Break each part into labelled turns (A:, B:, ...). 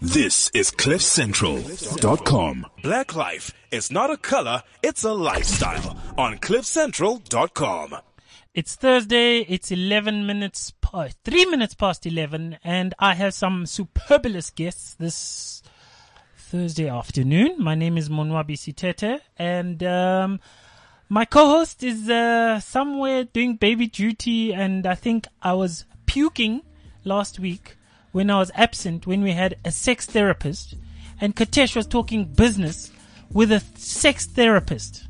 A: This is CliffCentral.com. Black life is not a color, it's a lifestyle on CliffCentral.com.
B: It's Thursday. It's 11 minutes past, 3 minutes past 11, and I have some superbulous guests this Thursday afternoon. My name is Monwabi Sitete, and um, my co host is uh, somewhere doing baby duty, and I think I was puking last week when I was absent when we had a sex therapist, and Katesh was talking business with a sex therapist.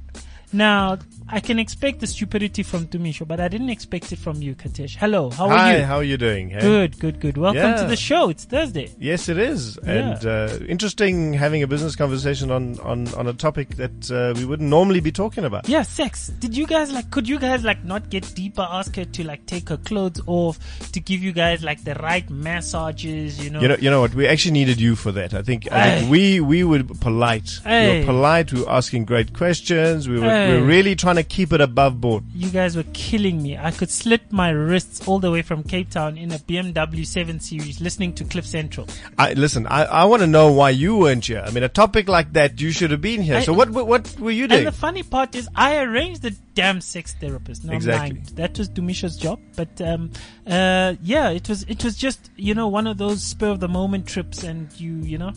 B: Now, I can expect the stupidity from Tumisho, but I didn't expect it from you, Katesh. Hello, how are
C: Hi,
B: you?
C: how are you doing? Hey?
B: Good, good, good. Welcome to
C: Yeah.
B: the show. It's Thursday.
C: Yes, it is,
B: Yeah.
C: and uh, interesting having a business conversation on on, on a topic that uh, we wouldn't normally be talking about.
B: Yeah, sex. Did you guys like? Could you guys like not get deeper? Ask her to like take her clothes off to give you guys like the right massages. You know.
C: You know, you know what? We actually needed you for that. I think, I
B: Oh. Hey.
C: think we we were polite. We
B: Hey.
C: were polite. We were asking great questions. We were,
B: Hey.
C: we were really trying to keep it above board.
B: you guys were killing me. I could slit my wrists all the way from Cape Town in a BMW 7 Series listening to Cliff Central.
C: I listen. I, I want to know why you weren't here. I mean, a topic like that, you should have been here.
B: I-
C: so what what, what were you
B: And
C: doing?
B: the funny part is, I arranged the damn sex therapist. No, I'm
C: Exactly.
B: lying. That was Dumisha's job. But um, uh, yeah, it was it was just you know one of those spur of the moment trips, and you you know,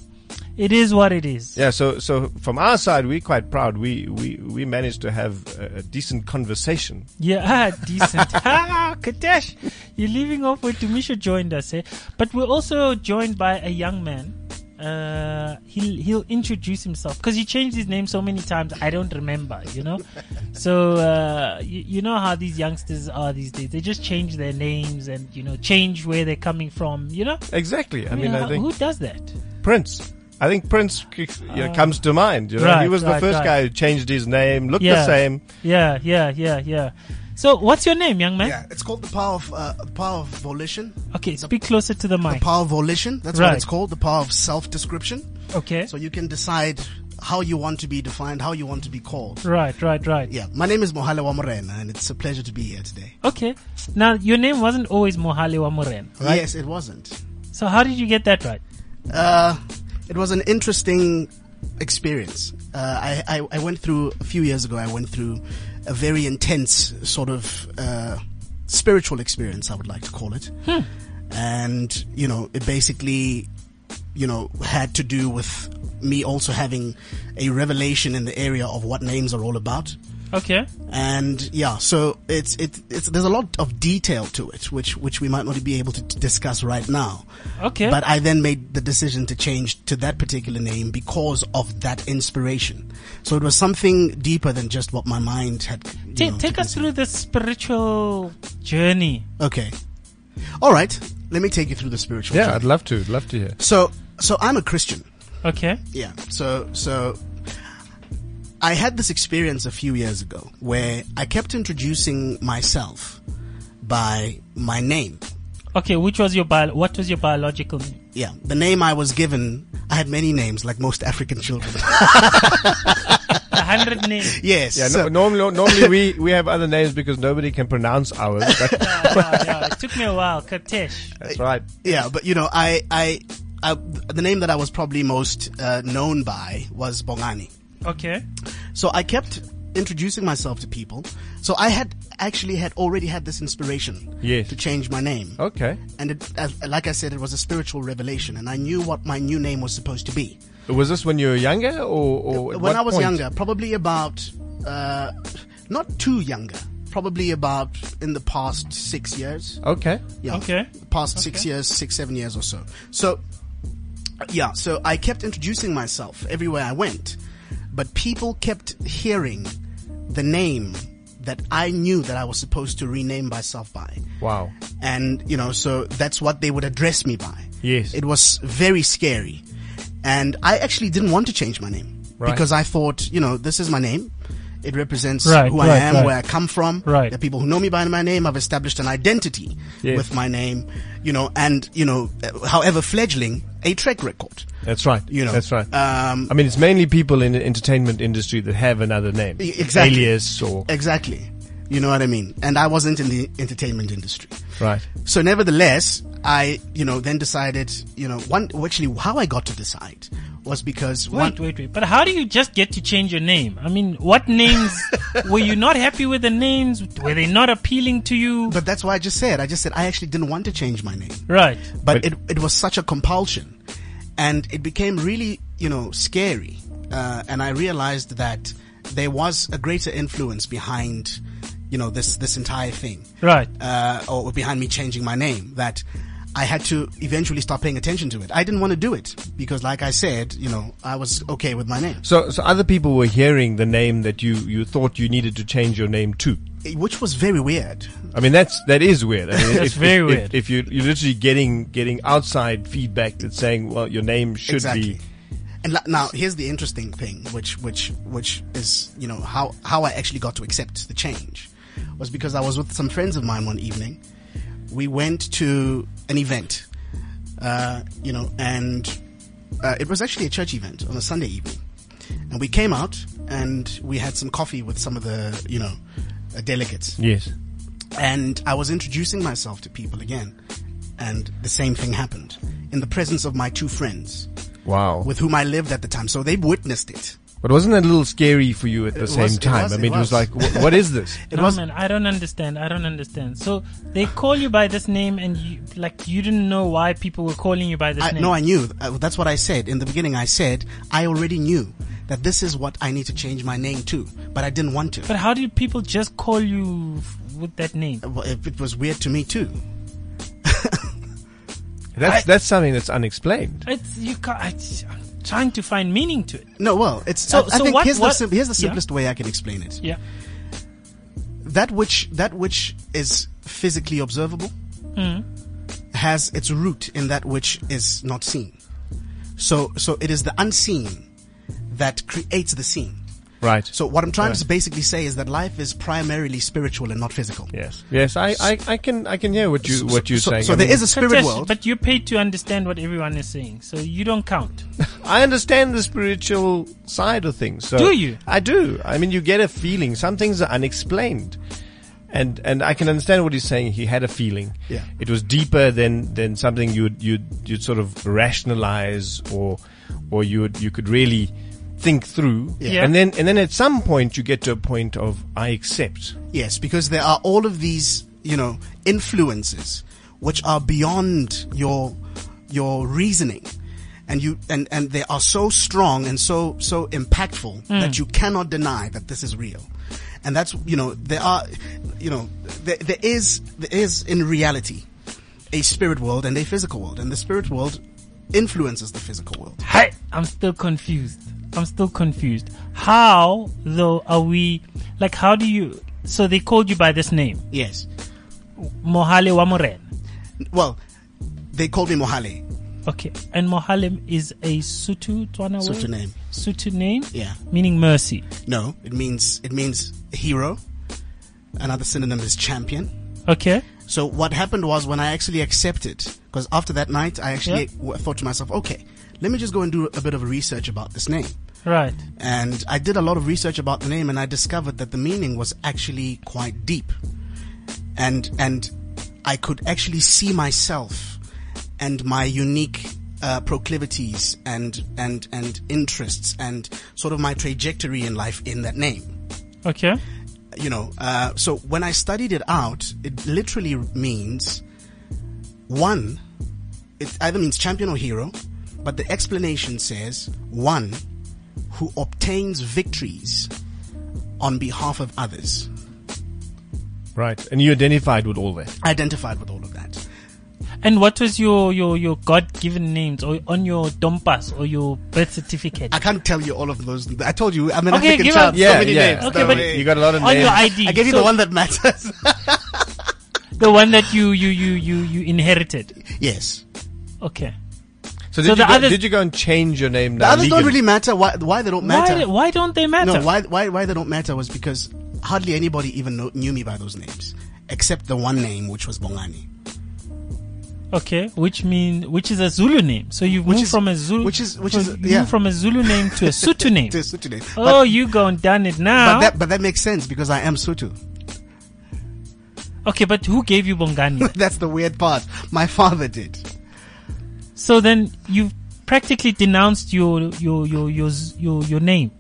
B: it is what it is.
C: Yeah, so so from our side, we're quite proud. We we, we managed to have a, a decent conversation.
B: Yeah, ah, decent. ah, Kadesh, you're leaving off where Dumisha joined us, eh? But we're also joined by a young man. Uh, he'll he'll introduce himself because he changed his name so many times. I don't remember, you know. so uh, you, you know how these youngsters are these days. They just change their names and you know change where they're coming from. You know.
C: Exactly. I mean,
B: Yeah,
C: I think
B: who does that?
C: Prince. I think Prince you know, comes to mind. You know,
B: Oh. Right,
C: he was
B: right,
C: the first
B: right.
C: guy who changed his name, looked
B: Yeah.
C: the same.
B: Yeah, yeah, yeah, yeah. So what's your name, young man?
D: Yeah, it's called the power of uh, the power of volition.
B: Okay, speak closer to the
D: The
B: mic.
D: power of volition. That's
B: Right.
D: what it's called. The power of self-description.
B: Okay.
D: So you can decide how you want to be defined, how you want to be called.
B: Right, right, right.
D: Yeah, my name is Mohale Wamorena, and it's a pleasure to be here today.
B: Okay. Now your name wasn't always Mohale wa Moren.
D: Yes, it wasn't.
B: So how did you get that right?
D: Uh, it was an interesting experience. Uh, I, I, I went through a few years ago. I went through a very intense sort of uh, spiritual experience. I would like to call it, and you know, it basically, you know, had to do with me also having a revelation in the area of what names are all about.
B: Okay.
D: And yeah, so it's it, it's there's a lot of detail to it, which which we might not be able to t- discuss right now.
B: Okay.
D: But I then made the decision to change to that particular name because of that inspiration. So it was something deeper than just what my mind had. you
B: Ta-
D: know,
B: take
D: to
B: us
D: consider.
B: through this spiritual journey.
D: Okay. All right. Let me take you through the spiritual. journey.
C: love to. Love to hear.
D: So so I'm a Christian.
B: Okay.
D: Yeah. So so I had this experience a few years ago where I kept introducing myself by my name.
B: Okay, which was your bio- what was your biological name?
D: Yeah, the name I was given. I had many names, like most African children.
B: A hundred names.
D: yes.
C: Yeah,
D: so-
C: no, normally, normally we, we have other names because nobody can pronounce ours. But
B: Yeah, Ah, yeah, yeah. It took me a while. Katesh.
C: that's right.
D: Yeah, but you know, I, I, I the name that I was probably most uh, known by was Bongani.
B: Okay.
D: So I kept introducing myself to people. So I had actually had already had this inspiration
C: Yes. Oh.
D: to change my name.
C: Okay.
D: And it, uh, like I said, it was a spiritual revelation, and I knew what my new name was supposed to be.
C: Was this when you were younger or, or at
D: when
C: what
D: I was
C: point?
D: younger, probably about, uh, not too younger, probably about in the past six years.
C: Okay.
D: Yeah.
B: Okay.
D: The past six years, six, seven years or so. So, yeah, so I kept introducing myself everywhere I went, but people kept hearing the name that I knew that I was supposed to rename myself by.
C: Wow.
D: And, you know, so that's what they would address me by.
C: Yes.
D: It was very scary. And I actually didn't want to change my name
C: Right.
D: because I thought, you know, this is my name. It represents
B: Right,
D: who I
B: right,
D: am,
B: right.
D: where I come from.
B: Right.
D: There are people who know me by my name. I've established an identity
C: Yes.
D: with my name, you know, and, you know, however fledgling, a track record,
C: That's right.
D: you know.
C: That's right.
D: Um,
C: I mean, it's mainly people in the entertainment industry that have another name.
D: E- exactly.
C: Alias or.
D: Exactly. You know what I mean? And I wasn't in the entertainment industry.
C: Right.
D: So nevertheless, I, you know, then decided, you know, one, actually how I got to decide was because one,
B: Wait, wait, wait. But how do you just get to change your name? I mean, what names were you not happy with the names? Were they not appealing to you?
D: but that's why I just said, I just said I actually didn't want to change my name.
B: right.
D: but
C: But-
D: it, it was such a compulsion and it became really you know scary uh, and i realized that there was a greater influence behind you know this this entire thing
B: Right.
D: uh, or behind me changing my name that I had to eventually stop paying attention to it. I didn't want to do it because, like I said, you know, I was okay with my name,
C: So, so other people were hearing the name that you, you thought you needed to change your name to.
D: which was very weird.
C: I mean, that's that is weird. I mean,
B: That's very weird.
C: If, you you're literally getting getting outside feedback that's saying, well, your name should be.
D: And la- now here's the interesting thing, which which which is you know how how I actually got to accept the change was because I was with some friends of mine one evening. We went to an event, uh, you know, and uh, it was actually a church event on a Sunday evening, and we came out and we had some coffee with some of the you know uh, delegates,
C: Yes.
D: and I was introducing myself to people again, and the same thing happened in the presence of my two friends
C: Wow.
D: with whom I lived at the time. So they witnessed it.
C: but wasn't that a little scary for you at the
D: It
C: same
D: was- it
C: time?
D: was,
C: I
D: it
C: mean, it was,
D: was.
C: like, wha- what is this?
D: It
B: no,
D: was
B: man, I don't understand. I don't understand. So they call you by this name, and you like you didn't know why people were calling you by this
D: I,
B: name.
D: no, I knew. Uh, That's what I said in the beginning. I said I already knew that this is what I need to change my name to, but I didn't want to.
B: but how do people just call you f- with that name?
D: Well, it, it was weird to me too.
C: That's that's something that's unexplained.
B: It's you. Ca- I, I'm trying to find meaning to it.
D: No, well, it's.
B: So-
D: I, I
B: so
D: think
B: what-
D: here's,
B: what-
D: the sim- here's the
B: yeah.
D: simplest way I can explain it.
B: Yeah.
D: That which that which is physically observable
B: Hmm.
D: has its root in that which is not seen. So, so it is the unseen that creates the seen.
C: Right.
D: So what I'm trying to basically say is that life is primarily spiritual and not physical.
C: yes. Yes. I, I, I can I can hear what you what you're
D: so,
C: saying.
D: So
C: I
D: there
C: mean,
D: is a spirit
B: Contest-
D: world.
B: But you're paid to understand what everyone is saying, so you don't count.
C: I understand the spiritual side of things. So
B: Do you?
C: I do. I mean, you get a feeling. Some things are unexplained, and and I can understand what he's saying. He had a feeling.
D: Yeah.
C: It was deeper than than something you'd you'd you'd sort of rationalize or or you would, you could really think through.
B: Yeah.
C: And then and then at some point you get to a point of I accept.
D: yes, because there are all of these, you know, influences which are beyond your your reasoning. And you and, and they are so strong and so so impactful that you cannot deny that this is real. And that's you know, there are you know there, there is there is in reality a spirit world and a physical world. And the spirit world influences the physical world.
B: Hey, I'm still confused. I'm still confused. How though are we like how do you so they called you by this name?
D: Yes.
B: Mohale Wamoren.
D: Well, they called me Mohale.
B: Okay. And Mohale is a Sutu Tswana word?
D: Sutu name.
B: Sutu name?
D: Yeah.
B: Meaning mercy.
D: No, it means it means hero. Another synonym is champion.
B: Okay.
D: So what happened was when I actually accepted, because after that night, I actually w- thought to myself, okay, let me just go and do a bit of research about this name.
B: Right.
D: And I did a lot of research about the name, and I discovered that the meaning was actually quite deep, and and I could actually see myself and my unique uh, proclivities and and and interests and sort of my trajectory in life in that name
B: Okay.
D: you know, uh, so when I studied it out, it literally means one, it either means champion or hero, but the explanation says one who obtains victories on behalf of others.
C: Right. And you identified with all that.
D: Identified with all of that.
B: And what was your your your God given names or on your dompas or your birth certificate?
D: I can't tell you all of those. I told you, I'm an
B: Okay,
D: African
B: give
D: child.
B: us-
D: so
C: Yeah,
D: many
C: yeah.
D: names.
B: Okay,
D: No
B: but-
D: way.
C: you got a lot of
B: on
C: names.
B: your ID.
D: I gave you
B: So
D: the one that matters.
B: the one that you you you you you inherited.
D: yes.
B: Okay.
C: So,
B: So
C: did,
B: the
C: you go,
B: others-
C: did you go and change your name?
D: The
C: now
D: others don't
C: legally?
D: really matter. Why, why they don't matter?
B: Why why don't they matter?
D: No, why, why, why they don't matter was because hardly anybody even know, knew me by those names, except the one name, which was Bongani,
B: Okay, which mean which is a Zulu name. So you've
D: Which
B: moved
D: is-
B: from a Zulu,
D: which is- which
B: from,
D: is-
B: you
D: yeah.
B: moved from a Zulu name to a Sutu name.
D: to a Sutu name.
B: oh,
D: But,
B: you gone done it now.
D: but that, but that makes sense because I am Sutu.
B: Okay, but who gave you Bongani?
D: That's the weird part. My father did.
B: so then you've practically denounced your your your your z- your, your name,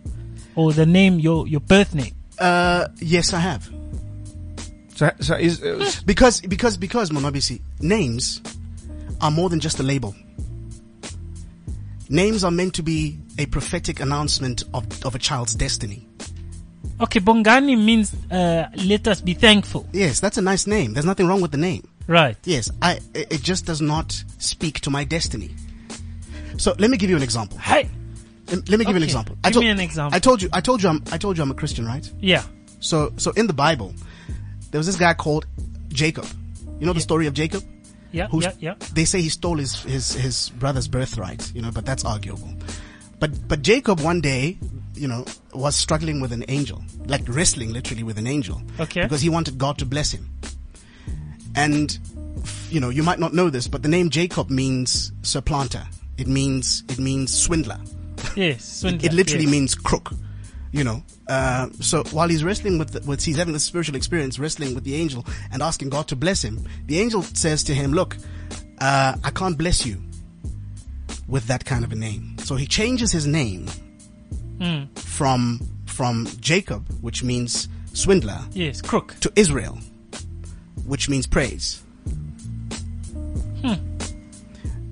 B: or the name your your birth name.
D: Uh, yes, I have.
C: So, so is, uh,
D: Because, because, because, Monobisi, names are more than just a label. Names are meant to be a prophetic announcement of, of a child's destiny.
B: Okay, Bongani means uh, let us be thankful.
D: Yes, that's a nice name. There's nothing wrong with the name.
B: Right.
D: Yes, I, it it just does not speak to my destiny. So let me give you an example.
B: Hey.
D: Let let me give
B: Okay,
D: you an example.
B: give me an example.
D: I told you, I told you I'm, I told you I'm a Christian, right?
B: Yeah.
D: So, so in the Bible, there was this guy called Jacob. You know the story of Jacob?
B: Yeah.
D: who
B: yeah. Yeah.
D: they say he stole his, his his brother's birthright, you know, but that's arguable. But but Jacob one day, you know, was struggling with an angel, like wrestling literally with an angel,
B: Okay.
D: because he wanted God to bless him. And f- you know, you might not know this, but the name Jacob means supplanter. It means it means swindler.
B: Yes. swindler,
D: It literally
B: yes.
D: means crook. You know, uh, so while he's wrestling with, the, with, he's having this spiritual experience, wrestling with the angel and asking God to bless him. The angel says to him, "Look, uh, I can't bless you with that kind of a name." So he changes his name from from Jacob, which means swindler,
B: Yes. Crook.
D: to Israel, which means praise.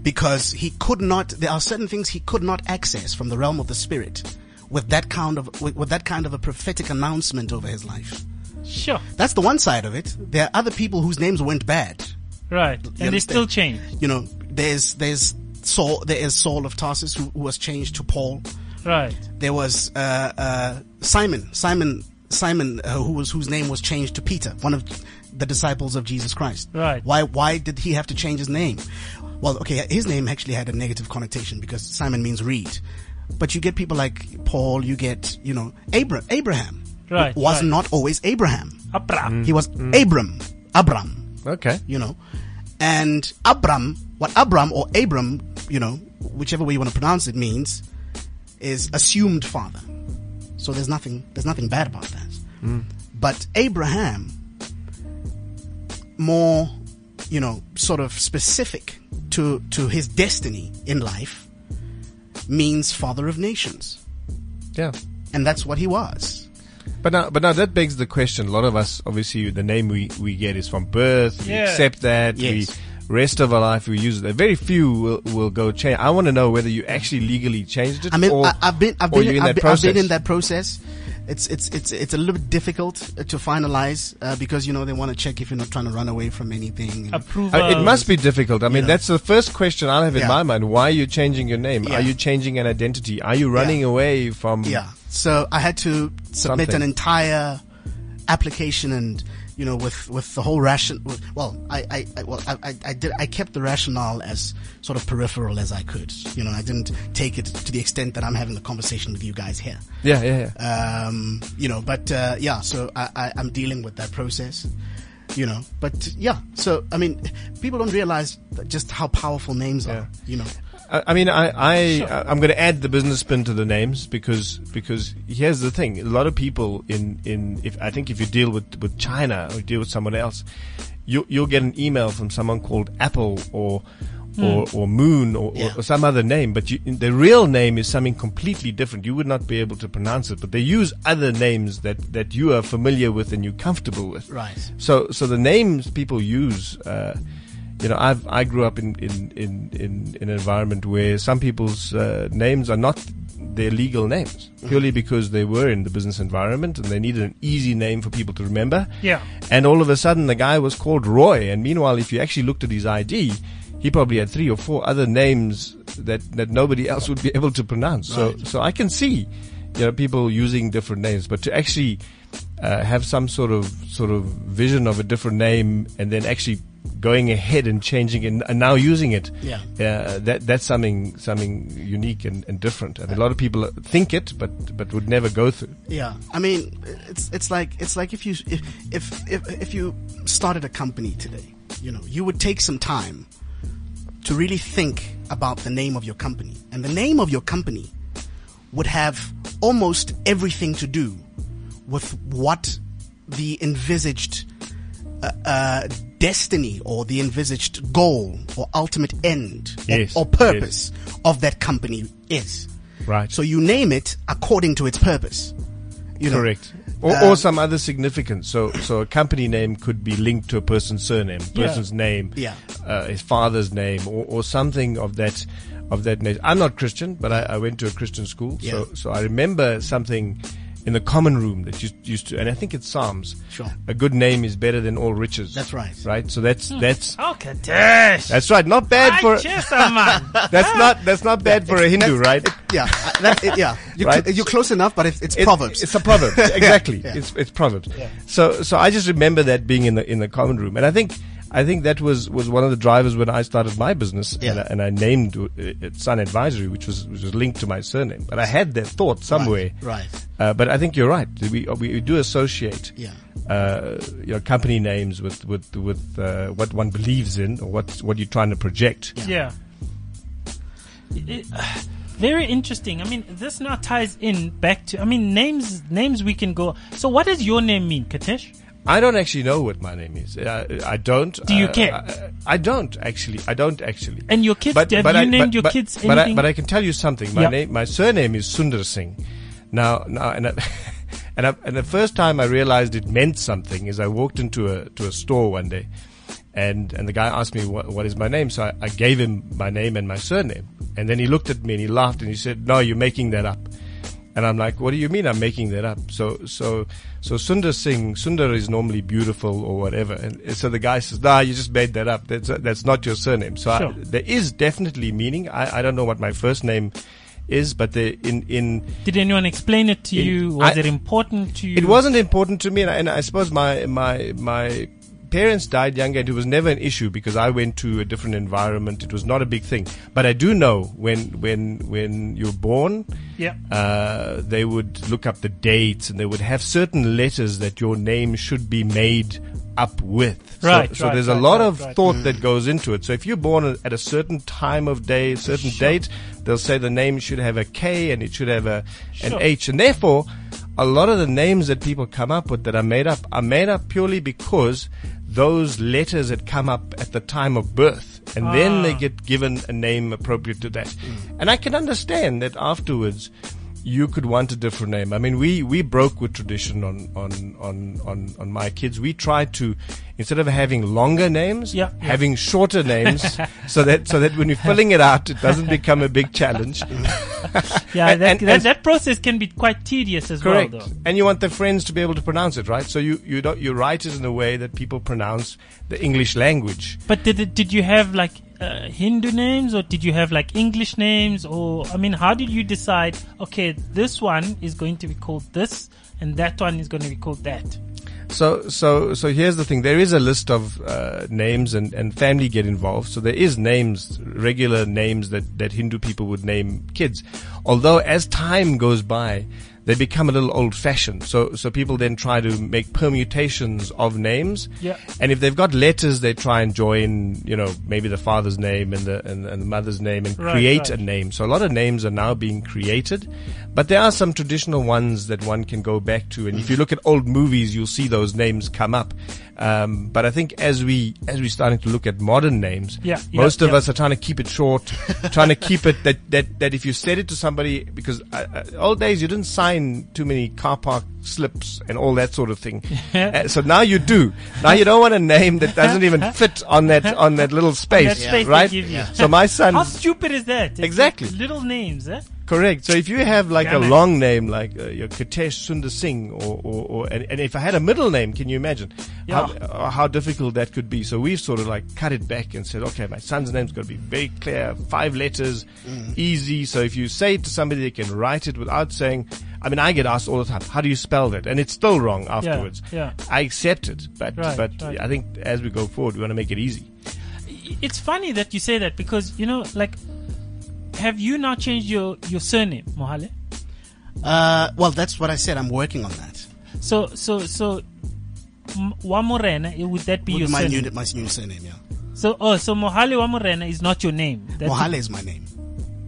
D: Because he could not, there are certain things he could not access from the realm of the spirit with that kind of, with, with that kind of a prophetic announcement over his life.
B: Sure.
D: That's the one side of it. There are other people whose names weren't bad.
B: Right. And they
D: understand?
B: still change.
D: You know, there's, there's Saul, there is Saul of Tarsus who, who was changed to Paul.
B: Right.
D: There was, uh, uh, Simon, Simon, Simon, uh, who was, whose name was changed to Peter, one of the disciples of Jesus Christ.
B: Right.
D: Why, why did he have to change his name? Well, okay, his name actually had a negative connotation because Simon means reed. But you get people like Paul, you get, you know, Abra- Abraham.
B: Right,
D: Was
B: right.
D: not always Abraham.
B: Abra.
D: He was Abram. Abram
C: okay.
D: you know. And Abram, what Abram or Abram, you know, whichever way you want to pronounce it means, is assumed father. So there's nothing, there's nothing bad about that. But Abraham, more, you know, sort of specific to, to his destiny in life means father of nations.
C: Yeah.
D: And that's what he was.
C: But now, but now that begs the question. A lot of us, obviously, the name we, we get is from birth.
B: Yeah.
C: We accept that.
D: Yes.
C: We rest of our life we use it. Very few will, will go change. I want to know whether you actually legally changed it.
D: I mean,
C: or,
D: I, I've been, I've
C: or
D: been,
C: you're in that
D: I've been, I've been
C: process.
D: in that process. It's, it's, it's, it's a little bit difficult uh, to finalize, uh, because, you know, they want to check if you're not trying to run away from anything.
B: Approval.
C: Uh, it must be difficult. I mean,
D: know.
C: that's the first question I'll have in
D: Yeah.
C: my mind. Why are you changing your name?
D: Yeah.
C: Are you changing an identity? Are you running
D: Yeah.
C: away from?
D: Yeah. So I had to submit
C: Something.
D: an entire application and, you know, with, with the whole ration, with- well, I, I, I well, I, I- I did, I kept the rationale as sort of peripheral as I could. You know, I didn't take it to the extent that I'm having the conversation with you guys here.
C: yeah, yeah, yeah.
D: um, you know, but uh, yeah, so I, I, I'm dealing with that process, you know, but yeah, so I mean, people don't realize that just how powerful names are, you know.
C: I, I mean, I, I, I I'm going to add the business spin to the names because because here's the thing: a lot of people in in if I think if you deal with with China or you deal with someone else, you you'll get an email from someone called Apple or. Or, or moon or,
D: Yeah.
C: or some other name, but you, the real name is something completely different. You would not be able to pronounce it, but they use other names that, that you are familiar with and you're comfortable with.
D: Right.
C: So, so the names people use, uh, you know, I've, I grew up in, in, in, in, in an environment where some people's uh, names are not their legal names purely because they were in the business environment and they needed an easy name for people to remember.
B: Yeah.
C: And all of a sudden the guy was called Roy. And meanwhile, if you actually looked at his ID, he probably had three or four other names that, that nobody else would be able to pronounce. So, so I can see, you know, people using different names, but to actually uh, have some sort of sort of vision of a different name and then actually going ahead and changing it and now using it.
D: Yeah.
C: Uh, that that's something something unique and, and different. I mean, a lot of people think it, but but would never go through.
D: Yeah. I mean, it's, it's like, it's like if you, if, if, if, if you started a company today, you know, you would take some time to really think about the name of your company and the name of your company would have almost everything to do with what the envisaged uh, uh, destiny or the envisaged goal or ultimate end or,
C: Yes,
D: or purpose of that company is.
C: Right.
D: So you name it according to its purpose. You know,
C: Correct. Or,
D: Uh,
C: or some other significance. So, so a company name could be linked to a person's surname, person's name,
D: Yeah.
C: uh, his father's name, or, or something of that, of that nature. I'm not Christian, but I, I went to a Christian school, so
D: Yeah.
C: so I remember something in the common room that used, used to, and I think it's Psalms.
D: Sure.
C: A good name is better than all riches.
D: That's right.
C: Right. So that's that's
B: Okay, dash.
C: that's right. Not bad for.
B: Oh, Cheers, man.
C: That's not that's not bad for a Hindu, right?
D: Yeah, uh, that, it, yeah. You're,
C: Right.
D: cl- you're close enough, but it's, it's
C: It-
D: proverbs.
C: It's a proverb, exactly.
D: Yeah.
C: It's it's proverbs. So so I just remember that being in the in the common room, and I think I think that was was one of the drivers when I started my business, and, I,
D: Yeah.
C: and I named uh, it Sun Advisory, which was which was linked to my surname. But I had that thought somewhere.
D: right.
C: Uh, but I think you're right. We uh, we do associate,
D: Yeah.
C: uh, you know, company names with with with uh, what one believes in or what what you're trying to project.
B: Yeah. It- very interesting. I mean, this now ties in back to. I mean, names names we can go. So, what does your name mean, Katesh?
C: I don't actually know what my name is. I, I don't.
B: Do you
C: Uh,
B: care?
C: I, I don't actually. I don't actually.
B: And your kids? have you named your kids
C: but I,
B: anything?
C: but I can tell you something. My
B: Yeah.
C: name, my surname is Sundar Singh. Now, now, and I, and, I, and the first time I realized it meant something is I walked into a to a store one day, and and the guy asked me what, what is my name, so I, I gave him my name and my surname, and then he looked at me and he laughed and he said, "No, you're making that up." And I'm like, what do you mean I'm making that up? So, so, so Sundar Singh, Sundar is normally beautiful or whatever. And so the guy says, nah, you just made that up. That's, that's not your surname. So
B: Sure.
C: I, there is definitely meaning. I, I don't know what my first name is, but the, in, in,
B: Did anyone explain it to you? Was
C: I-
B: it important to you?
C: it wasn't important to me. And I, and I suppose my, my, my parents died young and it was never an issue because I went to a different environment. It was not a big thing, but I do know when, when, when you're born,
B: Yeah.
C: uh, they would look up the dates and they would have certain letters that your name should be made up with. So-
B: Right,
C: So,
B: right,
C: there's a
B: right,
C: lot
B: right,
C: of
B: right.
C: thought that goes into it. So if you're born at a certain time of day, a certain date, they'll say the name should have a K and it should have a, an
B: Sure.
C: H. And therefore, a lot of the names that people come up with that are made up are made up purely because those letters had come up at the time of birth. And then they
B: Ah. Mm.
C: get get given a name appropriate to that. And I can understand that afterwards you could want a different name. I mean, we, we broke with tradition on, on, on, on, on my kids. We tried to, instead of having longer names,
B: Yeah, yeah.
C: having shorter names so that, so that when you're filling it out, it doesn't become a big challenge.
B: yeah, that,
C: and- and-
B: that,
C: and-
B: that process can be quite tedious as
C: Correct.
B: well, though.
C: and you want the friends to be able to pronounce it, right? So you, you don't, you write it in a way that people pronounce the English language.
B: But did it, did you have like uh, Hindu names, or did you have like English names, or I mean, how did you decide? Okay, this one is going to be called this, and that one is going to be called that.
C: So, so, so here's the thing. There is a list of uh, names, and, and family get involved. So there is names, regular names that that Hindu people would name kids. Although as time goes by, they become a little old-fashioned. So, so people then try to make permutations of names.
B: Yeah.
C: And if they've got letters, they try and join, you know, maybe the father's name and the and, and the mother's name and
B: Right,
C: create
B: right.
C: a name. So a lot of names are now being created, but there are some traditional ones that one can go back to. And if you look at old movies, you'll see those names come up. Um, but I think as we as we're starting to look at modern names,
B: Yeah, yeah,
C: most of
B: yeah.
C: us are trying to keep it short, trying to keep it that that that if you said it to somebody, because uh, uh, old days you didn't sign too many car park slips and all that sort of thing. Uh, so now you do. Now you don't want a name that doesn't even fit on that on that little space,
B: That space they
C: right?
B: give you.
C: So my
B: How
C: son's
B: stupid is that? It's
C: Exactly.
B: like little names, eh?
C: Correct. So if you have like
B: Damn
C: a
B: it.
C: long name like uh, your Katesh Sundar Singh, or, or, or and, and if I had a middle name, can you imagine how,
B: Yeah.
C: uh, how difficult that could be? So we've sort of like cut it back and said, okay, my son's name's got to be very clear, five letters,
B: Mm-hmm.
C: easy. So if you say it to somebody, they can write it without saying. I mean, I get asked all the time, how do you spell that? And it's still wrong afterwards.
B: yeah.
C: I accept it, but
B: Right,
C: but
B: right.
C: I think as we go forward, we want to make it easy.
B: It's funny that you say that because you know, like, have you now changed your your surname, Mohale?
D: Uh, well, that's what I said. I'm working on that.
B: So so so. M- Wamorena, eh, would that be your
D: With my
B: surname?
D: new, my new surname, yeah.
B: So, oh, so Mohale Wamorena is not your name. That's
D: Mohale is my name.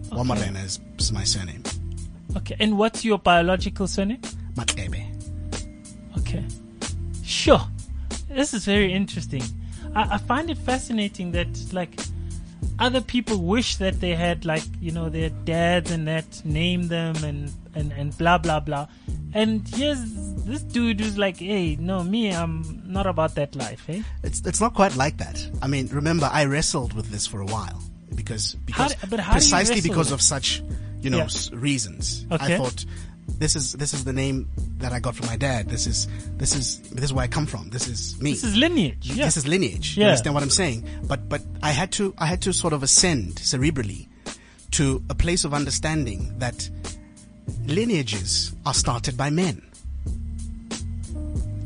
D: Wamalena is, is my surname.
B: Okay, and what's your biological surname?
D: Matlebe.
B: Okay. Sure. Uh, this is very interesting. I, I find it fascinating that like other people wish that they had like you know their dads and that name them and and and blah blah blah. And here's this dude who's like, hey, no, me, I'm not about that life, eh?
D: It's it's not quite like that. I mean, remember, I wrestled with this for a while because because
B: d- but how do you
D: precisely
B: wrestle
D: because
B: with
D: of such you know
B: Yeah.
D: s- reasons.
B: Okay.
D: I thought this is this is the name that I got from my dad. This is this is this is where I come from. This is me.
B: This is lineage. Yeah.
D: this is lineage.
B: Yeah.
D: You understand what I'm saying? But but I had to I had to sort of ascend cerebrally to a place of understanding that lineages are started by men.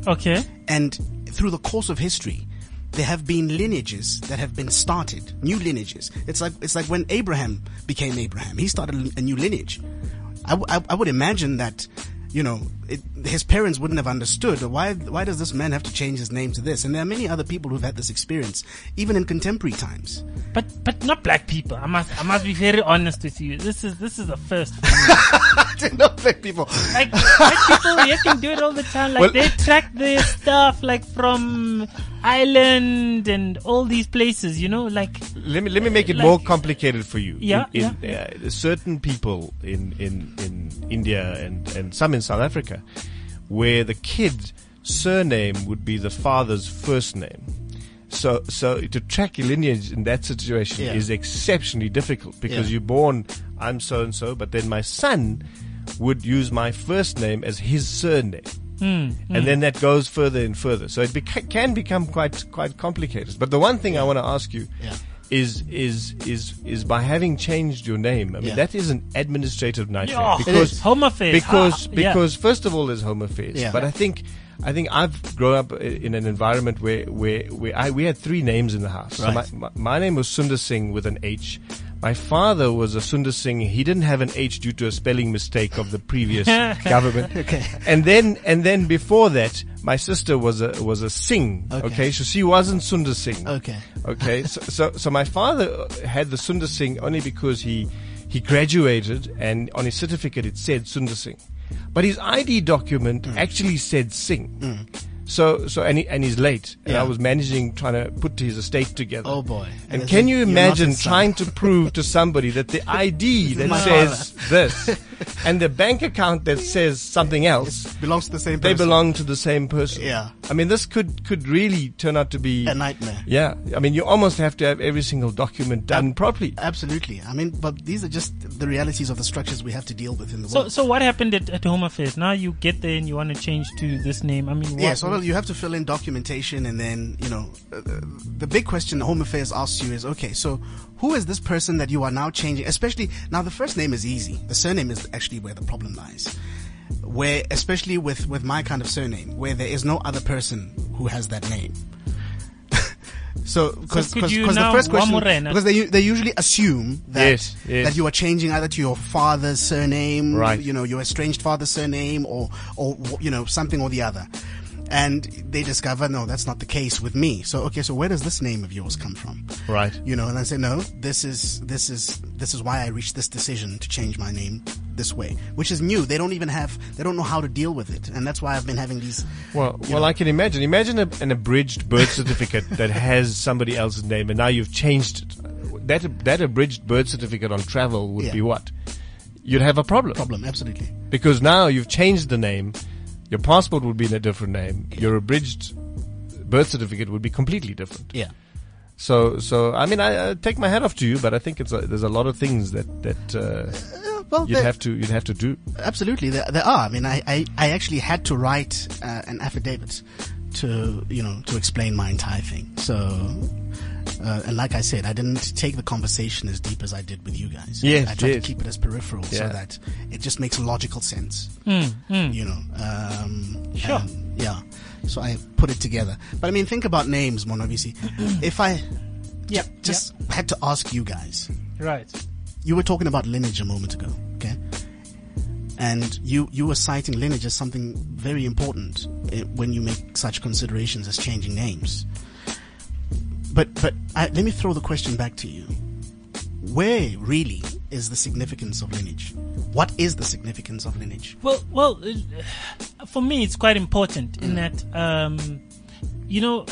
B: okay.
D: And through the course of history, there have been lineages that have been started, new lineages. It's like it's like when Abraham became Abraham, he started a new lineage. I, w- I- I would imagine that, you know, it, his parents wouldn't have understood why why does this man have to change his name to this? And there are many other people who've had this experience, even in contemporary times.
B: But but not black people. I must I must be very honest with you. This is this is the first.
D: Not black people.
B: Like black people, you can do it all the time. Like
C: Well-
B: they track their stuff like from Ireland and all these places. You know, like
C: Let me let me make it
B: Like-
C: more complicated for you.
B: Yeah,
C: in, in, Uh, certain people in in in India and and some in South Africa, where the kid's surname would be the father's first name. So so to track your lineage in that situation
D: Yeah.
C: is exceptionally difficult because
D: Yeah.
C: you're born I'm so and so, but then my son would use my first name as his surname.
B: Mm-hmm.
C: And then that goes further and further. So it beca- can become quite quite complicated. But the one thing I want to ask you
D: Yeah.
C: is is is is by having changed your name. I mean
D: Yeah.
C: that is an administrative nightmare
B: Yeah. It
C: because
B: is. Home affairs.
C: because
B: Ah, yeah.
C: because first of all there's home affairs.
D: Yeah.
C: But I think I think I've grown up i- in an environment where where, where I we had three names in the house. So
D: Right.
C: my, my, my name was Sundar Singh with an H. My father was a Sundar Singh. He didn't have an H due to a spelling mistake of the previous government.
D: Okay.
C: And then and then before that, my sister was a was a Singh. Okay.
D: Okay.
C: So she wasn't Sundar Singh.
D: Okay.
C: Okay. So so, so my father had the Sundar Singh only because he he graduated and on his certificate it said Sundar Singh. But his ID document
D: Mm.
C: actually said Singh. So, so, and, he, and he's late. And
D: Yeah.
C: I was managing trying to put his estate together.
D: Oh, boy.
C: And,
D: And
C: can
D: it's-
C: you
D: you're not
C: imagine
D: his son.
C: trying to prove to somebody that the ID that
D: my
C: says this and the bank account that says something else
D: Belongs to the same
C: they
D: person.
C: belong to the same person.
D: Yeah.
C: I mean, this could could really turn out to be
D: A nightmare.
C: Yeah. I mean, you almost have to have every single document done properly.
D: Absolutely. I mean, but these are just the realities of the structures we have to deal with in the
B: so
D: world.
B: so what happened at, at home affairs? Now you get there and you want to change to this name. I mean, what,
D: Yeah, so well, you have to fill in documentation, and then you know, uh, the big question Home Affairs asks you is, okay, so who is this person that you are now changing? Especially now, the first name is easy. The surname is actually where the problem lies. Where, especially with with my kind of surname, where there is no other person who has that name. so, because
B: could you
D: the
B: now
D: first question,
B: Wamorena?
D: because they they usually assume that
C: Yes, yes.
D: that you are changing either to your father's surname,
C: Right.
D: you know, your estranged father's surname or, or, you know, something or the other. And they discover, no, that's not the case with me. So, okay, so where does this name of yours come from?
C: Right.
D: You know, and I say, no, this is, this is, this is why I reached this decision to change my name this way, which is new. They don't even have, they don't know how to deal with it. And that's why I've been having these.
C: Well, well, I can imagine. Imagine a, an abridged birth certificate that has somebody else's name, and now you've changed it. That that abridged birth certificate on travel would
D: Yeah.
C: be what? You'd have a problem.
D: Problem, absolutely.
C: because now you've changed the name. Your passport would be in a different name. Your abridged birth certificate would be completely different.
D: Yeah.
C: So, so I mean, I uh, take my hat off to you, but I think it's a, there's a lot of things that that uh,
D: Well,
C: you'd
D: there-
C: have to you'd have to do.
D: Absolutely, there, there are. I mean, I, I, I actually had to write uh, an affidavit to you know to explain my entire thing. So, uh, and like I said, I didn't take the conversation as deep as I did with you guys.
C: Yes,
D: I tried
C: yes.
D: to keep it as peripheral so
C: Yeah.
D: that it just makes logical sense. You know, um,
B: Hmm, Sure.
D: and, yeah. So I put it together. But I mean, think about names, Monavisi. if I
B: Yeah,
D: just had to ask you guys,
B: right.
D: you were talking about lineage a moment ago, okay? And you you were citing lineage as something very important eh, when you make such considerations as changing names. But but I, let me throw the question back to you. Where really is the significance of lineage? What is the significance of lineage?
B: Well, well, uh, for me, it's quite important in that um, you know,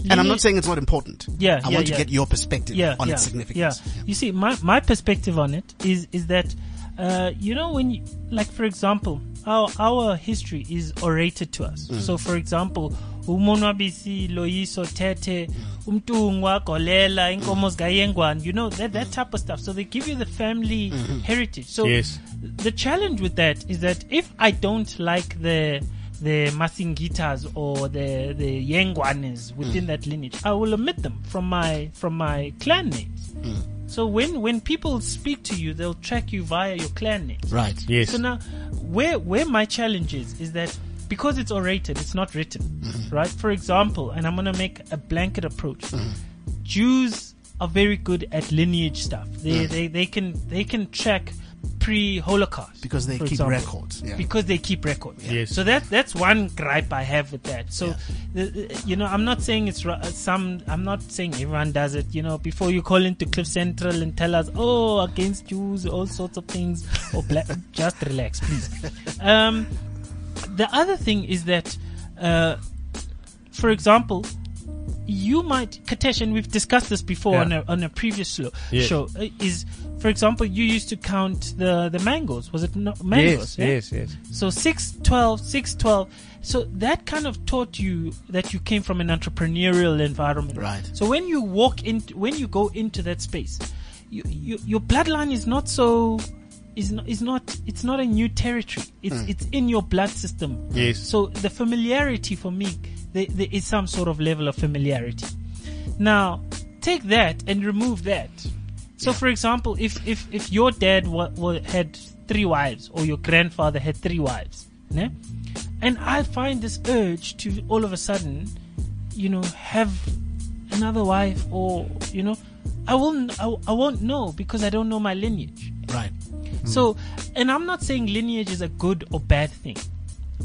D: Mm. And I'm
B: Lily-
D: not saying it's not important.
B: Yeah,
D: I
B: yeah,
D: want to
B: yeah.
D: get your perspective
B: yeah,
D: on
B: yeah,
D: its significance.
B: Yeah. You see, my, my perspective on it is is that uh, you know when you, like for example, our our history is orated to us. So for example, umonwabisi loyiso tete umtungwa kolela inkomo zikayengwane you know that that type of stuff so they give you the family heritage so
E: Yes.
B: the challenge with that is that if I don't like the the Masingitas or the the Yengwanes within that lineage, I will omit them from my from my clan names. So when when people speak to you, they'll track you via your clan names.
D: Right.
E: Yes.
B: So now, where where my challenge is is that because it's orated, it's not written, right? For example, and I'm gonna make a blanket approach. Jews are very good at lineage stuff. They they, they can they can track pre-Holocaust
D: Because they
B: for
D: keep
B: example.
D: records. Yeah.
B: Because they keep records.
E: Yes.
B: So that that's one gripe I have with that. So, the, you know, I'm not saying it's ri- some. I'm not saying everyone does it. You know, before you call into Cliff Central and tell us, oh, against Jews, all sorts of things, or black, just relax, please. Um, the other thing is that, uh, for example, you might, Katesh, and we've discussed this before
E: Yeah.
B: on a on a previous slo-
E: Yes.
B: show. uh, Is for example, you used to count the the mangoes. Was it not mangoes?
E: yes,
B: yeah?
E: yes, yes.
B: So 6, 12, 6, 12. So that kind of taught you that you came from an entrepreneurial environment.
D: Right.
B: So when you walk in, when you go into that space, you, you, your bloodline is not so, is not, is not, it's not a new territory. It's, it's in your blood system.
E: Yes.
B: So the familiarity for me, there, there is some sort of level of familiarity. Now, take that and remove that. So, for example, if if if your dad wa- wa- had three wives, or your grandfather had three wives, ne? and I find this urge to all of a sudden, you know, have another wife, or you know, I won't I, I won't know because I don't know my lineage.
D: Right.
E: Hmm.
B: So, and I'm not saying lineage is a good or bad thing.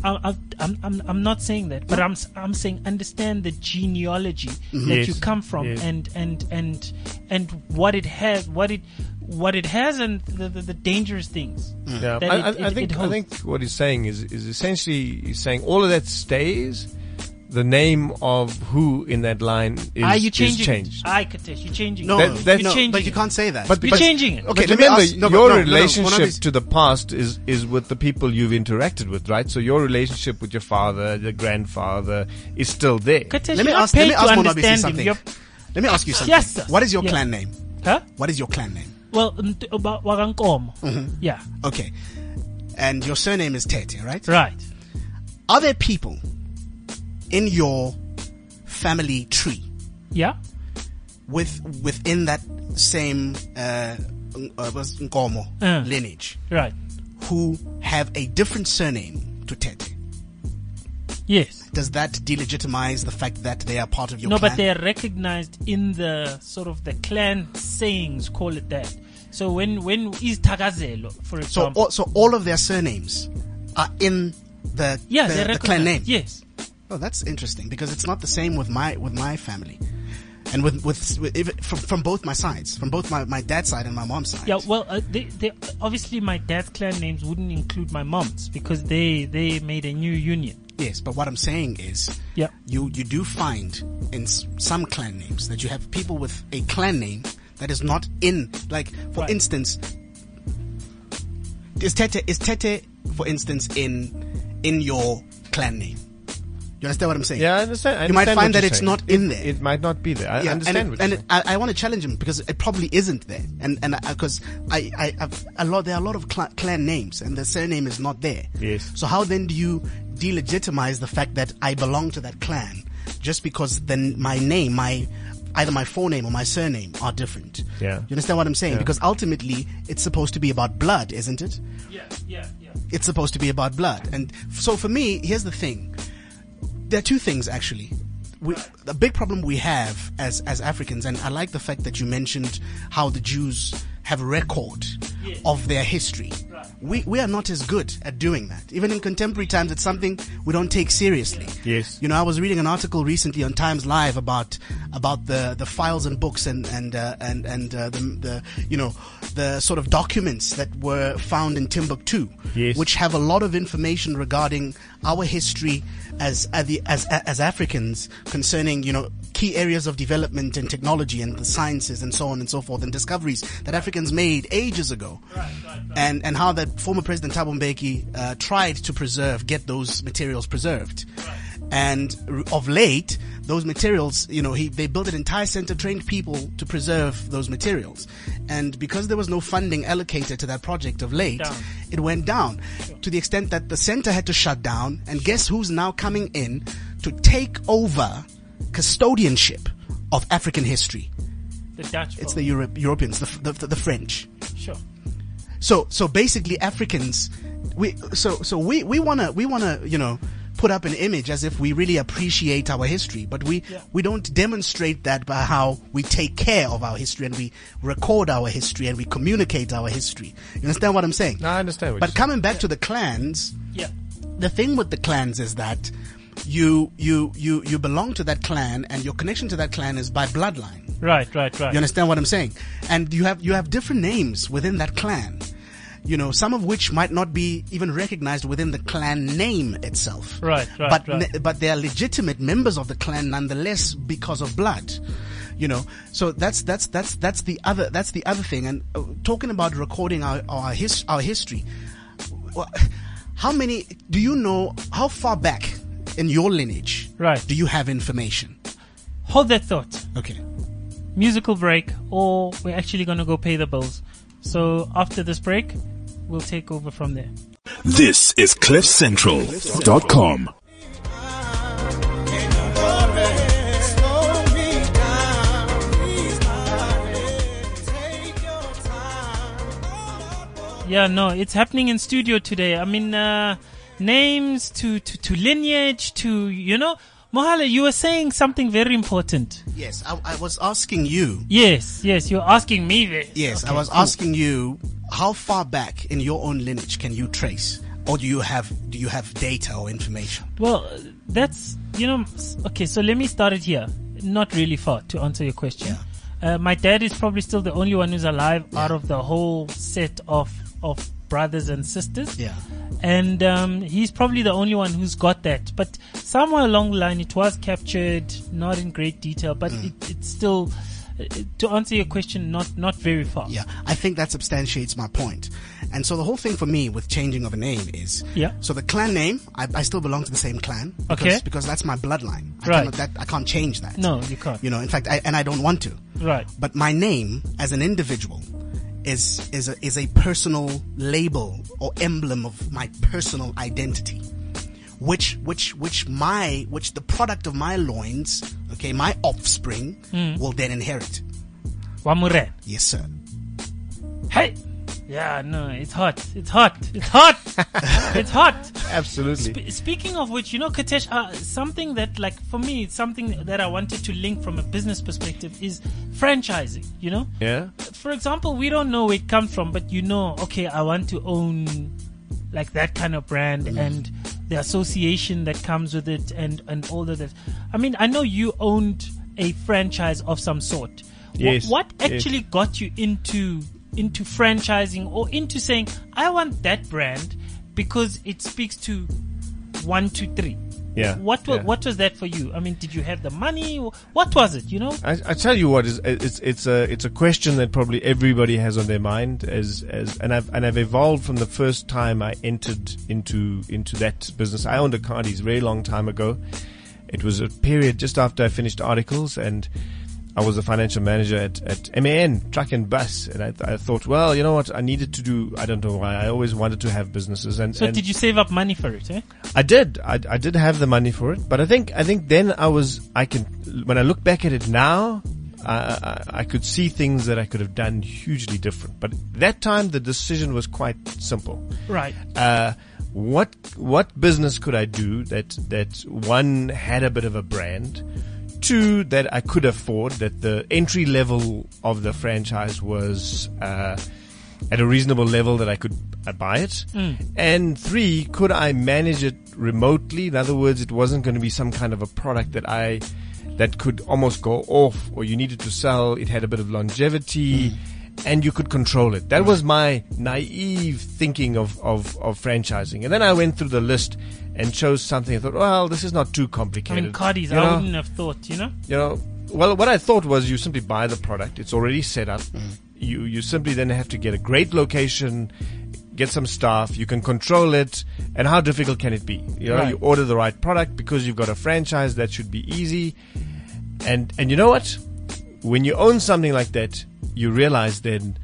B: I- I- I'm, I'm, I'm not saying that, but I'm, s- I'm saying understand the genealogy that
E: Yes,
B: you come from
E: yes.
B: and, and, and, and what it has, what it, what it has and the, the, the dangerous things.
E: Hmm.
C: Yeah,
B: that
C: I,
B: it-
C: I, I
B: it-
C: think
B: it
C: I think what he's saying is is essentially he's saying all of that stays. The name of who in that line is,
B: Are you
C: is
B: changing?
C: changed.
B: It? Aye, Katesh, you're changing.
D: No,
B: it.
C: That- that's-
B: you're
D: no
B: changing.
D: but you
B: it.
D: can't say that.
C: But-
B: You're changing it.
D: Okay,
C: but
D: let me
C: remember,
D: ask- no, but
C: your
D: no, no, no, one of
C: relationship
D: these-
C: to the past is is with the people you've interacted with, right? So your relationship with your father, the grandfather, is still there.
B: Katesh,
D: let me
B: you're not
D: ask, let
B: paid
D: me
B: to
D: ask Monobisi
B: understand him.
D: something.
B: You're-
D: Let me ask you something.
B: Yes, sir.
D: What is your
B: Yeah.
D: clan name?
B: Huh?
D: What is your clan name?
B: Well, Mt- Ba- Wagankomo.
D: Mm-hmm.
B: Yeah,
D: Okay. And your surname is Tete, right?
B: right.
D: Are there people in your family tree
B: Yeah.
D: with within that same uh, n- uh, was Nkomo
B: Uh.
D: lineage
B: Right.
D: who have a different surname to Tete?
B: Yes.
D: Does that delegitimize the fact that they are part of your
B: No,
D: clan?
B: but they are recognized in the sort of the clan sayings, call it that. So when when is Tagazelo, for
D: so, oh,
B: example?
D: all, so all of their surnames are in the
B: yeah,
D: the-
B: they're
D: the clan
B: recognized.
D: name.
B: Yes,
D: Oh, that's interesting because it's not the same with my with my family, and with with, with if, from from both my sides, from both my, my dad's side and my mom's side.
B: yeah. Well, uh, they, they obviously my dad's clan names wouldn't include my mom's because they they made a new union.
D: yes, but what I'm saying is,
B: Yeah.
D: you you do find in s- some clan names that you have people with a clan name that is not in. Like for
B: Right.
D: instance, is Tete is Tete for instance in in your clan name? You understand what I'm saying?
C: Yeah, I understand. I
D: You might
C: understand
D: find
C: what
D: that
C: you're
D: it's
C: saying.
D: not in there.
C: It might not be there. I
D: Yeah,
C: understand.
D: and,
C: what
D: it,
C: you're
D: and
C: saying.
D: it, I, I want to challenge him because it probably isn't there, and and because I, I, I I've, a lot there are a lot of cl- clan names, and the surname is not there.
C: Yes.
D: So how then do you delegitimize the fact that I belong to that clan just because then my name, my either my forename or my surname are different?
C: Yeah.
D: You understand what I'm saying? Because ultimately, it's supposed to be about blood, isn't it?
B: Yeah, yeah, yeah.
D: it's supposed to be about blood. And f- so for me, here's the thing. There are two things actually. We, the big problem we have as, as Africans, and I like the fact that you mentioned how the Jews have record
B: Yes.
D: of their history.
B: Right.
D: we, we are not as good at doing that. Even in contemporary times, it's something we don't take seriously.
C: Yes.
D: You know, I was reading an article recently on Times Live about about the, the files and books and and uh, and and uh, the, the you know the sort of documents that were found in Timbuktu,
C: Yes.
D: which have a lot of information regarding our history as as, the, as as Africans concerning you know key areas of development and technology and the sciences and so on and so forth and discoveries that Africans made ages ago, and and how that former President Thabo Mbeki uh, tried to preserve get those materials preserved, and r- of late those materials you know he they built an entire center trained people to preserve those materials, and because there was no funding allocated to that project of late,
B: Down.
D: it went down to the extent that the center had to shut down. And guess who's now coming in to take over custodianship of African history?
B: The Dutch.
D: It's
B: folk.
D: the Euro- Europeans, the, F- the, the, the French.
B: sure.
D: So, so basically Africans, we, so, so we, we wanna, we wanna, you know, put up an image as if we really appreciate our history, but we,
B: Yeah.
D: we don't demonstrate that by how we take care of our history and we record our history and we communicate our history. You understand what I'm saying?
C: No, I understand what
D: But
C: you're
D: coming back to the clans,
B: Yeah.
D: the thing with the clans is that you you you you belong to that clan and your connection to that clan is by bloodline.
B: Right. Right. Right.
D: You understand what I'm saying? And you have you have different names within that clan. You know, some of which might not be even recognized within the clan name itself.
B: Right, right,
D: But
B: right.
D: ne- but they are legitimate members of the clan nonetheless because of blood. You know, so that's that's that's that's the other that's the other thing. And uh, talking about recording our our, his, our history, well, how many do you know? How far back in your lineage,
B: Right.
D: Do you have information?
B: Hold that thought.
D: Okay.
B: Musical break, or we're actually gonna go pay the bills. So after this break, we'll take over from there.
A: This is CliffCentral.com.
B: Yeah, no, it's happening in studio today. I mean, uh, names to, to, to lineage to, you know, Mohala, you were saying something very important.
D: Yes, I, I was asking you.
B: Yes, yes, you're asking me this.
D: Yes, I
B: Okay,
D: was
B: cool.
D: asking you how far back in your own lineage can you trace, or do you have do you have data or information?
B: Well, uh, that's, you know, s- okay, so let me start it here. Not really far to answer your question. Uh, my dad is probably still the only one who's alive out of the whole set of, of brothers and sisters. and um, he's probably the only one who's got that. But somewhere along the line, it was captured, not in great detail, but it, it's still, uh, to answer your question, not not very far.
D: yeah. I think that substantiates my point. And so the whole thing for me with changing of a name is
B: Yeah.
D: So the clan name, I, I still belong to the same clan. Because,
B: Okay.
D: Because that's my bloodline. I
B: Right.
D: cannot- That I can't change that.
B: No, you can't.
D: You know, in fact, I, and I don't want to.
B: Right.
D: But my name as an individual is is a, is a personal label or emblem of my personal identity, which which which my which the product of my loins, okay, my offspring
B: Hmm.
D: will then inherit.
B: Wamure.
D: Yes, sir.
B: Hey. Yeah, no, it's hot. It's hot. It's hot. it's hot. Sp-
C: Absolutely.
B: speaking of which, you know, Katesh, uh, something that, like, for me, it's something that I wanted to link from a business perspective is franchising, you know?
C: Yeah.
B: for example, we don't know where it comes from, but you know, okay, I want to own like that kind of brand
C: Mm.
B: and the association that comes with it and, and all of that. I mean, I know you owned a franchise of some sort. Wha-
C: Yes,
B: What,
C: yes.
B: actually got you into into franchising or into saying, I want that brand because it speaks to one, two, three.
C: Yeah,
B: What wa-
C: yeah.
B: what was that for you? I mean, did you have the money? What was it? You know?
C: I, I tell you what, is it's it's a it's a question that probably everybody has on their mind as as and I've and I've evolved from the first time I entered into into that business. I owned a Cardi's very long time ago. It was a period just after I finished articles and I was a financial manager at, at MAN, truck and bus. And I, I thought, well, you know what? I needed to do, I don't know why, I always wanted to have businesses. And,
B: So
C: and
B: did you save up money for it? Eh?
C: I did. I, I did have the money for it, but I think I think then I was I can when I look back at it now, I, I, I could see things that I could have done hugely different. But that time the decision was quite simple.
B: Right.
C: Uh, what what business could I do that that one had a bit of a brand, two that I could afford that the entry level of the franchise was. Uh, at a reasonable level that I could uh, buy it? And three, could I manage it remotely? In other words, it wasn't going to be some kind of a product that I that could almost go off or you needed to sell. It had a bit of longevity.
B: Mm.
C: And you could control it. That was my naive thinking of, of, of franchising. And then I went through the list and chose something. I thought, well, this is not too
B: I
C: complicated.
B: mean, Cardi's,
C: You
B: I
C: know?
B: wouldn't have thought, you know?
C: you know well what i thought was you simply buy the product it's already set up you you simply then have to get a great location get some staff you can control it and how difficult can it be you know
B: Right.
C: you order the right product because you've got a franchise that should be easy and and you know what when you own something like that you realize then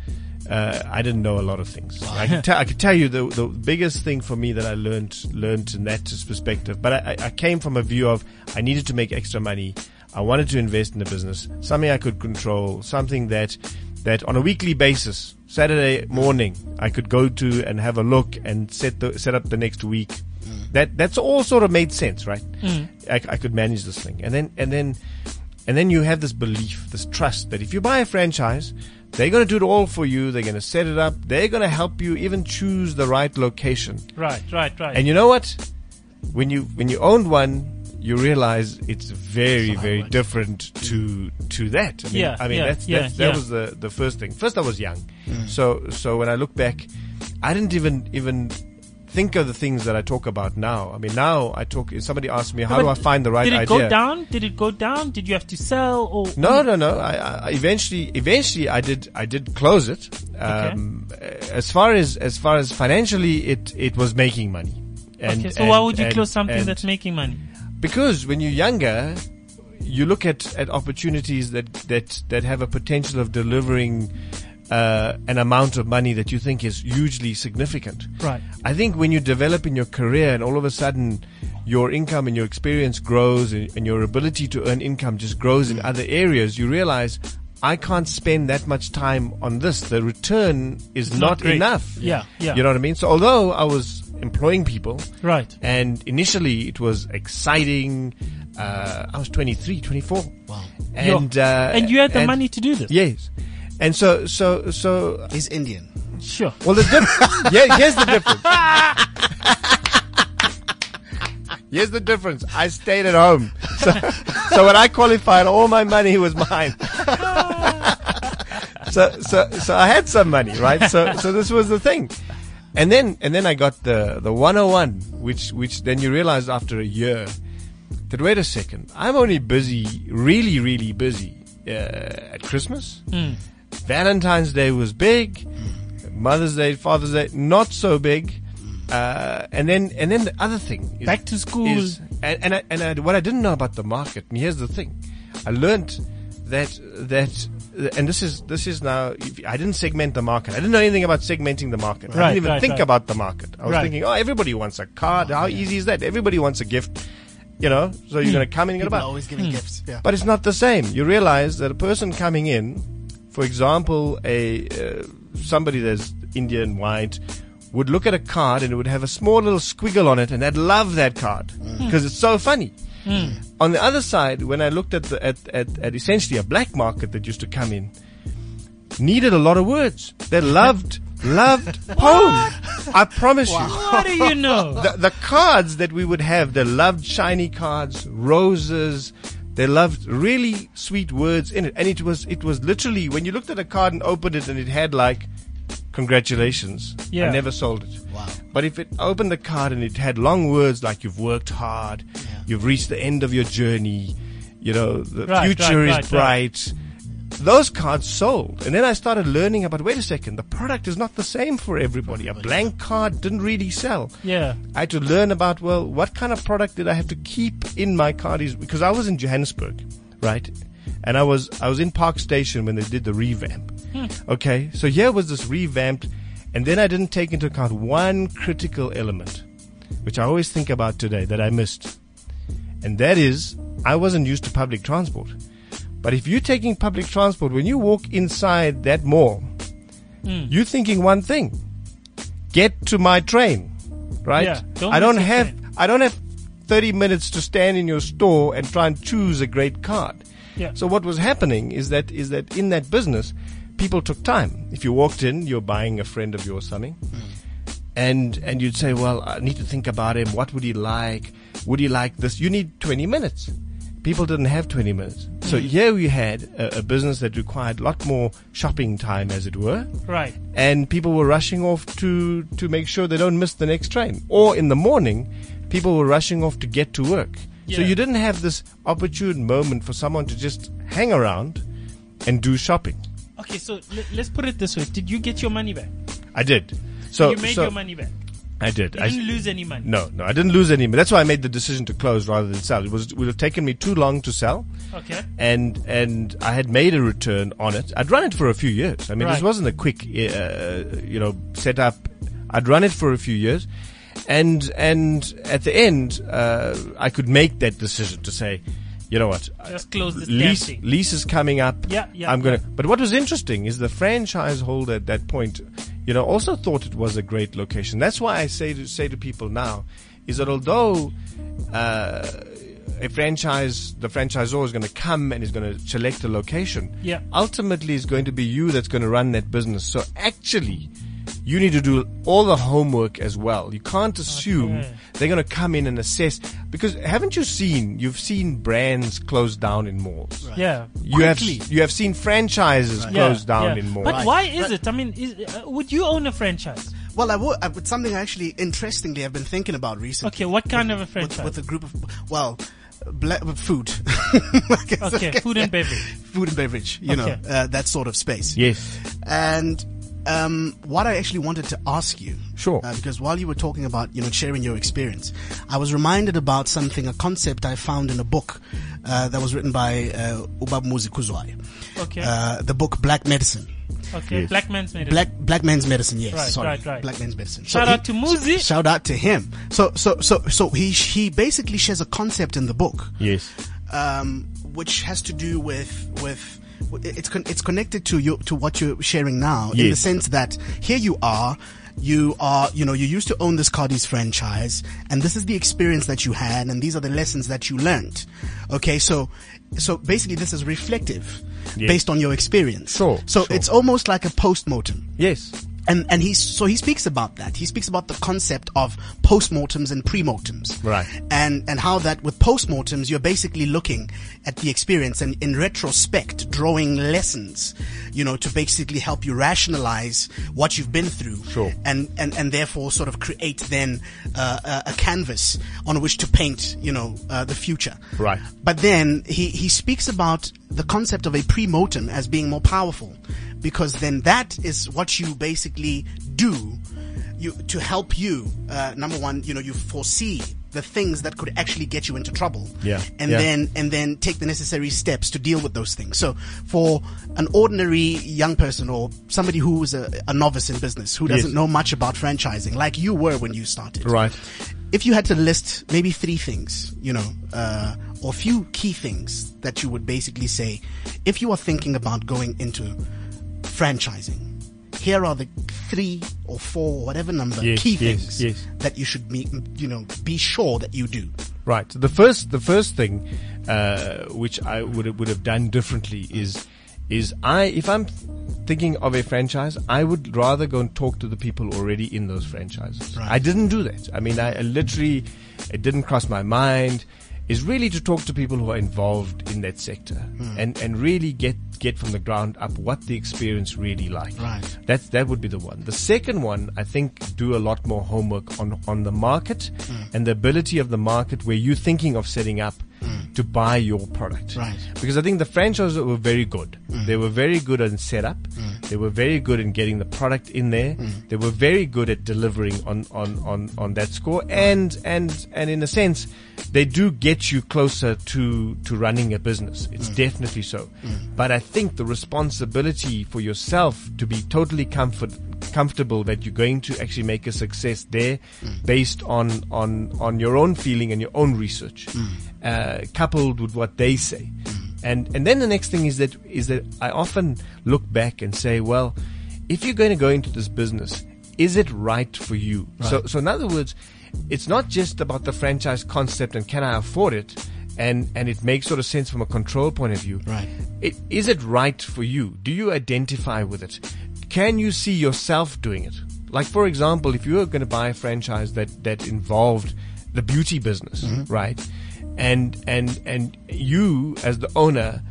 C: uh, I didn't know a lot of things. I could, te- I could tell you the, the biggest thing for me that I learned learned in that perspective. But I, I- I came from a view of I needed to make extra money. I wanted to invest in the business, something I could control, something that that on a weekly basis, Saturday morning, I could go to and have a look and set the set up the next week. Mm. That that's all sort of made sense, right? I, I could manage this thing, and then and then and then you have this belief, this trust that if you buy a franchise, they're going to do it all for you. They're going to set it up. They're going to help you even choose the right location.
B: Right, right, right.
C: And you know what? When you when you owned one, you realize it's very very different to to that. I mean,
B: Yeah,
C: I mean
B: yeah,
C: that's,
B: yeah,
C: that's that
B: yeah. Mm.
C: was the the first thing. First, I was young, so so when I look back, I didn't even even think of the things that I talk about now. I mean, now I talk. If somebody asks me, how do I
B: But
C: find the right
B: Did it
C: idea?
B: go down? Did it go down? Did you have to sell? Or
C: No, no, no. I, I- I eventually, eventually, I did, I did close it. Um, uh, As far as as far as financially, it it was making money. And,
B: Okay, so
C: and-
B: why would you
C: and-
B: close something
C: and-
B: that's making money?
C: because when you're younger, you look at, at opportunities that, that, that have a potential of delivering uh, an amount of money that you think is hugely significant.
B: Right.
C: I think when you develop in your career and all of a sudden your income and your experience grows and, and your ability to earn income just grows in other areas, you realize I can't spend that much time on this. The return is
B: not
C: not,
B: great.
C: enough.
B: Yeah, yeah.
C: You know what I mean? So although I was employing people,
B: Right.
C: and initially it was exciting. Uh, I was 23, 24. Wow.
B: Yo.
C: And, uh,
B: and you had the money to do this.
C: Yes. And so, so, so,
D: He's Indian.
B: Sure.
C: well, the difference. yeah, here's the difference. Here's the difference. I stayed at home. So, so when I qualified, all my money was mine. so, so, so I had some money, right? So, so this was the thing. And then, and then I got the, the 101, which, which then you realize after a year that wait a second, I'm only busy, really, really busy, uh, at Christmas.
B: Hmm.
C: Valentine's Day was big. Mother's Day, Father's Day, not so big. Uh, and then, and then the other thing is
B: Back to school.
C: is- and and, I, and I, what I didn't know about the market. And here's the thing, I learned that that and this is this is now if- I didn't segment the market. I didn't know anything about segmenting the market. I
B: Right,
C: didn't even
B: right,
C: think
B: right.
C: about the market. I was
B: Right.
C: thinking, oh, everybody wants a card. How easy is that? Everybody wants a gift. You know, so
B: Hmm.
C: you're going to come in and get a
D: People are
C: bar.
D: always giving gifts. Yeah.
C: But it's not the same. You realize that a person coming in, for example, a uh, somebody that's Indian white, would look at a card and it would have a small little squiggle on it, and they'd love that card because it's so funny. On the other side, when I looked at the at, at, at essentially a black market that used to come in, needed a lot of words. They loved loved poem. I promise you
B: What do you know?
C: the, the cards that we would have, they loved shiny cards, roses. They loved really sweet words in it, and it was it was literally when you looked at a card and opened it, and it had like, "Congratulations, I
B: Yeah.
C: never sold it."
D: Wow.
C: But if it opened the card and it had long words like "You've worked hard," "You've reached the end of your journey," you know, "The
B: Right,
C: future
B: right,
C: is
B: right, right.
C: bright." Those cards sold, and then I started learning about. Wait a second, the product is not the same for everybody. A blank card didn't really sell.
B: Yeah.
C: I had to learn about well, what kind of product did I have to keep in my Cardis because I was in Johannesburg, right? And I was I was in Park Station when they did the revamp. Okay, so here was this revamped, and then I didn't take into account one critical element, which I always think about today that I missed, and that is I wasn't used to public transport. But if you're taking public transport, when you walk inside that mall,
B: Hmm.
C: you're thinking one thing: get to my train, right?
B: Yeah, don't
C: I don't
B: miss your
C: have
B: train.
C: I don't have 30 minutes to stand in your store and try and choose a great card.
B: Yeah.
C: So what was happening is that is that in that business, people took time. If you walked in, you're buying a friend of yours something, and and you'd say, "Well, I need to think about him. What would he like? Would he like this?" You need 20 minutes. People didn't have 20 minutes, so here we had a, a business that required a lot more shopping time, as it were
B: Right.
C: and people were rushing off to to make sure they don't miss the next train. Or in the morning, people were rushing off to get to work. So
B: Yeah.
C: you didn't have this opportune moment for someone to just hang around and do shopping.
B: Okay, so let, let's put it this way: Did you get your money back?
C: I did. So
B: you made
C: so
B: your money back.
C: I did.
B: You
C: I
B: didn't lose any money.
C: no, no, I didn't lose any. That's why I made the decision to close rather than sell. It was it would have taken me too long to sell.
B: Okay.
C: and and I had made a return on it. I'd run it for a few years. I mean, this
B: Right.
C: wasn't a quick, uh, you know, setup. I'd run it for a few years, and and at the end, uh, I could make that decision to say, you know what,
B: Just close this damn
C: lease
B: thing.
C: lease is coming up.
B: Yeah, yeah,
C: I'm gonna. But what was interesting is the franchise holder at that point, you know, also thought it was a great location. That's why I say to say to people now, is that although uh, a franchise, the franchisor is going to come and is going to select a location.
B: Yeah.
C: Ultimately, it's going to be you that's going to run that business. So actually, you need to do all the homework as well. You can't assume
B: Okay.
C: they're going to come in and assess because haven't you seen? You've seen brands close down in malls.
B: Yeah.
C: You have
B: Quickly.
C: you have seen franchises
B: Yeah,
C: close down
B: yeah.
C: in malls.
B: But
D: Right.
B: why is
D: Right.
B: it? I mean, is, uh, would you own a franchise?
D: Well, I would. I would something actually interestingly I've been thinking about recently.
B: Okay, what kind of a
D: with,
B: franchise?
D: with a group of well, bla- food.
B: okay, food and beverage.
D: food and beverage. You
B: Okay.
D: know uh, that sort of space.
C: Yes.
D: And um, what I actually wanted to ask you,
C: Sure.
D: uh, because while you were talking about you know sharing your experience, I was reminded about something, a concept I found in a book uh, that was written by uh, Ubab Muzi Kuzwai.
B: Okay.
D: Uh, the book Black Medicine,
B: Okay,
C: yes.
B: black man's medicine.
D: Black Black Man's Medicine. Yes,
B: Right,
D: sorry,
B: right, right.
D: Black Man's Medicine.
B: Shout out to Muzi.
D: Shout out to him. So so so so he he basically shares a concept in the book
C: Yes.
D: um, which has to do with with it's con- it's connected to you to what you're sharing now in the
C: Yes.
D: sense that here you are. You are, you know, you used to own this Cardi's franchise and this is the experience that you had and these are the lessons that you learned. Okay. So, so basically this is reflective
C: Yes.
D: based on your experience.
C: Sure,
D: So
C: sure.
D: it's almost like a postmortem.
C: Yes.
D: And and he's so he speaks about that. He speaks about the concept of postmortems and premortems.
C: Right.
D: And and how that with postmortems you're basically looking at the experience and in retrospect drawing lessons, you know, to basically help you rationalize what you've been through.
C: Sure.
D: And and and therefore sort of create then uh, a, a canvas on which to paint, you know, uh, the future.
C: Right.
D: But then he, he speaks about the concept of a pre-mortem as being more powerful because then that is what you basically do you, to help you, uh, number one, you know, you foresee the things that could actually get you into trouble.
C: Yeah,
D: And
C: yeah.
D: then, and then take the necessary steps to deal with those things. So for an ordinary young person or somebody who is a, a novice in business, who doesn't
C: Yes.
D: know much about franchising, like you were when you started
C: Right.
D: if you had to list maybe three things, you know, uh, or a few key things that you would basically say, if you are thinking about going into franchising, here are the three or four or whatever number
C: Yes,
D: key
C: yes,
D: things
C: yes.
D: that you should be, you know, be sure that you do.
C: Right. The first, the first thing, uh, which I would have, would have done differently is, is I if I'm thinking of a franchise, I would rather go and talk to the people already in those franchises.
D: Right.
C: I didn't do that. I mean, I, I literally, it didn't cross my mind. Is really to talk to people who are involved in that sector
B: Hmm.
C: and and really get get from the ground up what the experience really like.
D: Right.
C: That's that would be the one. The second one, I think, do a lot more homework on on the market and the ability of the market where you're thinking of setting up to buy your product.
D: Right.
C: Because I think the franchisers were very good. They were very good on setup. They were very good in getting the product in there. They were very good at delivering on, on, on, on that score. And, and, and in a sense, they do get you closer to, to running a business. It's definitely so. But I think the responsibility for yourself to be totally comfort, comfortable that you're going to actually make a success there based on, on, on your own feeling and your own research, uh, coupled with what they say. And, and then the next thing is that, is that I often look back and say, well, if you're going to go into this business, is it right for you? So, so in other words, it's not just about the franchise concept and can I afford it? and and it makes sort of sense from a control point of view.
D: Right.
C: It, is it right for you? Do you identify with it? Can you see yourself doing it? Like for example, if you were going to buy a franchise that that involved the beauty business, right? And and and you as the owner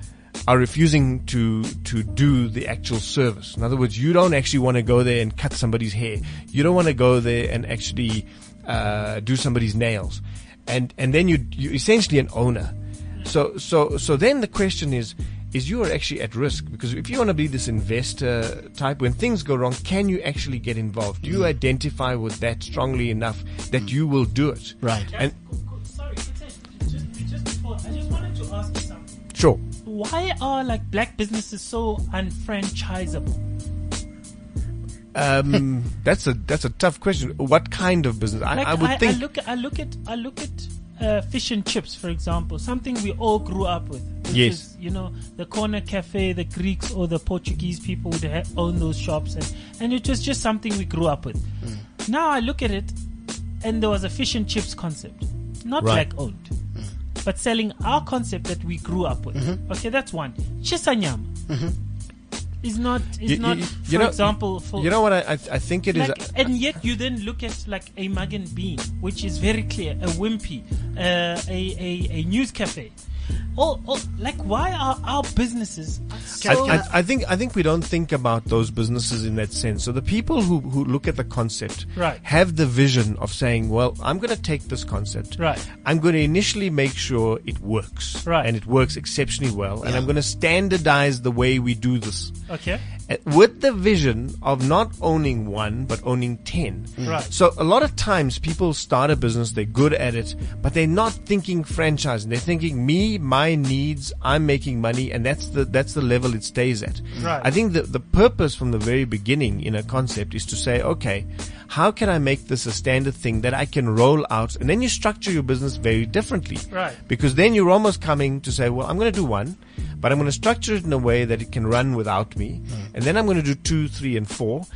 C: are refusing to to do the actual service. In other words, you don't actually want to go there and cut somebody's hair. You don't want to go there and actually uh, do somebody's nails, and and then you you're essentially an owner. So so so then the question is is you are actually at risk because if you want to be this investor type when things go wrong can you actually get involved do you identify with that strongly enough that you will do it
D: Right.
C: and
B: Cool, cool. Sorry, Hitesh, just, just before, I just wanted to ask you something.
C: sure
B: Why are like black businesses so unfranchisable?
C: um, that's a that's a tough question what kind of business i,
B: Like,
C: I would
B: I,
C: think
B: I look, I look at, I look at uh, fish and chips, for example, something we all grew up with. which
C: Yes.
B: is, you know, the corner cafe, the Greeks or the Portuguese people would ha- own those shops, and and it was just something we grew up with.
C: Hmm.
B: Now I look at it, and there was a fish and chips concept, not
C: Right. Hmm.
B: black owned. But selling our concept that we grew up with.
C: Mm-hmm.
B: Okay, that's one. Chisanyam is not is
C: You-
B: not,
C: you-
B: for
C: you know-
B: example, for
C: you know what i i, I think it is
B: like, and yet you then look at like a mug and bean, which is very clear, a wimpy, uh, a, a a news cafe. All, all like why are our businesses
C: I,
B: so? uh,
C: I, I think I think we don't think about those businesses in that sense. So the people who, who look at the concept
B: Right.
C: have the vision of saying, "Well, I'm going to take this concept.
B: Right.
C: I'm going to initially make sure it works,
B: Right.
C: and it works exceptionally well, and I'm going to standardize the way we do this."
B: okay,
C: uh, with the vision of not owning one but owning 10
B: Right.
C: so a lot of times people start a business they're good at it but they're not thinking franchising they're thinking me my needs i'm making money and that's the that's the level it stays at
B: Right.
C: i think the, the purpose from the very beginning in a concept is to say okay how can i make this a standard thing that i can roll out and then you structure your business very differently
B: Right.
C: because then you're almost coming to say, well, I'm going to do one, but I'm going to structure it in a way that it can run without me.
B: Mm.
C: And then I'm going to do two, three, and four.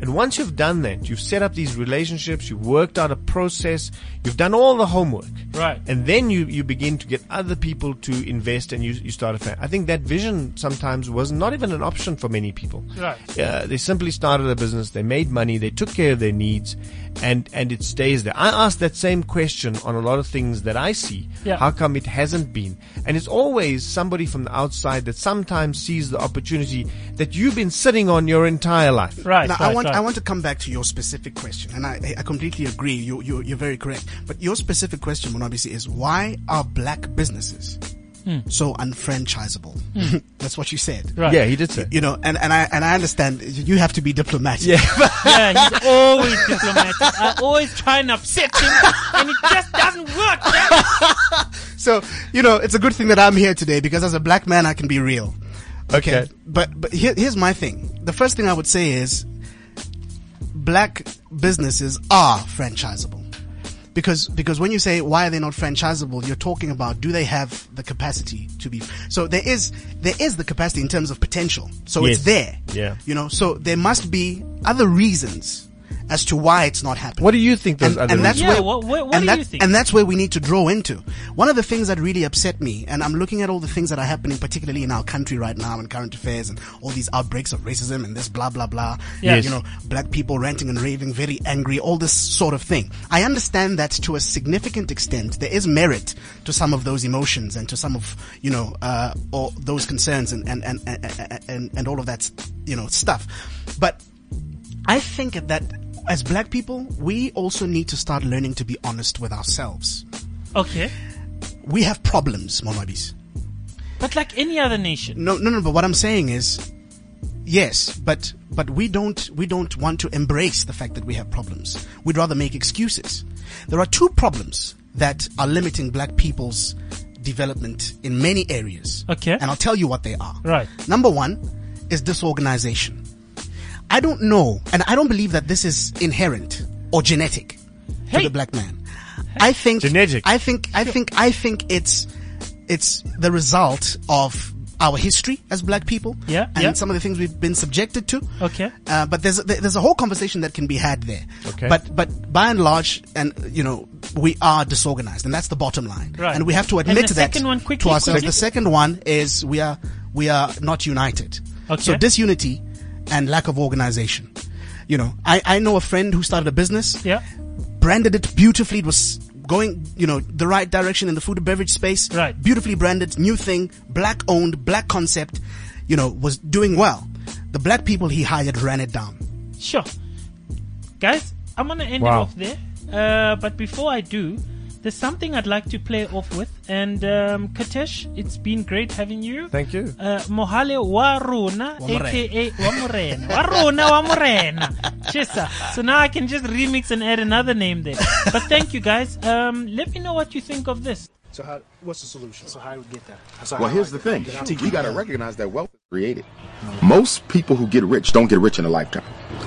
C: And once you've done that, you've set up these relationships, you've worked out a process, you've done all the homework.
B: Right.
C: And then you, you begin to get other people to invest and you, you start a family. I think that vision sometimes was not even an option for many people.
B: Right.
C: Uh, they simply started a business, they made money, they took care of their needs, and, and it stays there. I ask that same question on a lot of things that I see.
B: Yeah.
C: How come it hasn't been? And it's always somebody from the outside that sometimes sees the opportunity that you've been sitting on your entire life.
B: right,
D: Now,
B: right,
D: I want
B: right.
D: I want to come back to your specific question, and I, I completely agree. You, you you're very correct. But your specific question, Monobisi, is why are black businesses so unfranchisable? That's what you said.
B: Right.
C: Yeah, he did say.
D: You know, and, and I and I understand you have to be diplomatic.
B: yeah, he's always diplomatic. I always try and upset him, and it just doesn't work. man.
D: So you know, it's a good thing that I'm here today because as a black man, I can be real.
C: Okay.
D: But but here, here's my thing. The first thing I would say is black businesses are franchisable. Because because when you say why are they not franchisable, you're talking about do they have the capacity to be so there is there is the capacity in terms of potential. So
C: Yes.
D: it's there.
C: Yeah.
D: You know, so there must be other reasons as to why it's not happening.
C: What do you think those
D: And,
C: other
D: and that's
B: Yeah,
D: where,
B: what- what- what
D: and
B: do
D: that-
B: you think?
D: And that's where we need to draw into. One of the things that really upset me, and I'm looking at all the things that are happening, particularly in our country right now, and current affairs, and all these outbreaks of racism, and this blah blah blah.
B: Yes.
D: You know, black people ranting and raving, very angry, all this sort of thing. I understand that to a significant extent, there is merit to some of those emotions and to some of you know uh, all those concerns and and and and, and, and all of that you know stuff, but. I think that as black people, we also need to start learning to be honest with ourselves.
B: Okay,
D: We have problems, Momabis.
B: but like any other nation,
D: No, no, no, but what I'm saying is, yes, but, but we don't, we don't want to embrace the fact that we have problems. We'd rather make excuses. There are two problems that are limiting black people's development in many areas.
B: Okay.
D: And I'll tell you what they are.
B: Right.
D: Number one is disorganization. I don't know, and I don't believe that this is inherent or genetic
B: Hey.
D: to the black man. I think
C: Genetic.
D: I think I think I think it's it's the result of our history as black people.
B: Yeah,
D: and
B: yeah.
D: some of the things we've been subjected to.
B: Okay.
D: Uh, but there's there's a whole conversation that can be had there.
C: Okay.
D: But but by and large, and you know, we are disorganized, and that's the bottom line.
B: Right.
D: And we have to
B: And
D: admit
B: the
D: that
B: second one, quickly,
D: to ourselves.
B: quickly.
D: The second one is we are we are not united.
B: Okay.
D: So disunity and lack of organization. You know, I, I know a friend who started a business
B: Yeah.
D: branded it beautifully. It was going, you know, the right direction in the food and beverage space.
B: Right.
D: Beautifully branded, new thing, black owned, black concept, you know, was doing well. The black people he hired ran it down.
B: Sure. Guys, I'm going to end
C: Wow.
B: it off there. Uh, but before I do, there's something I'd like to play off with. And um, Katesh, it's been great having you.
C: Thank you.
B: Uh, Mohale wa Rona,
D: morena.
B: aka wa Morena. Wa Rona wa Morena. Chisa. So now I can just remix and add another name there. But thank you guys. Um, let me know what you think of this.
E: So how? What's the solution? So how do we get that?
F: Well, here's the thing. You got to recognize that wealth is created. Most people who get rich don't get rich in a lifetime.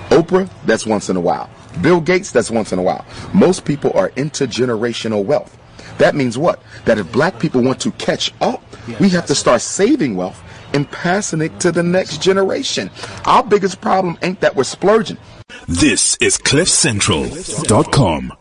F: Oprah, that's once in a while. Bill Gates, that's once in a while. Most people are intergenerational wealth. That means what? That if black people want to catch up, we have to start saving wealth and passing it to the next generation. Our biggest problem ain't that we're splurging.
A: This is CliffCentral.com.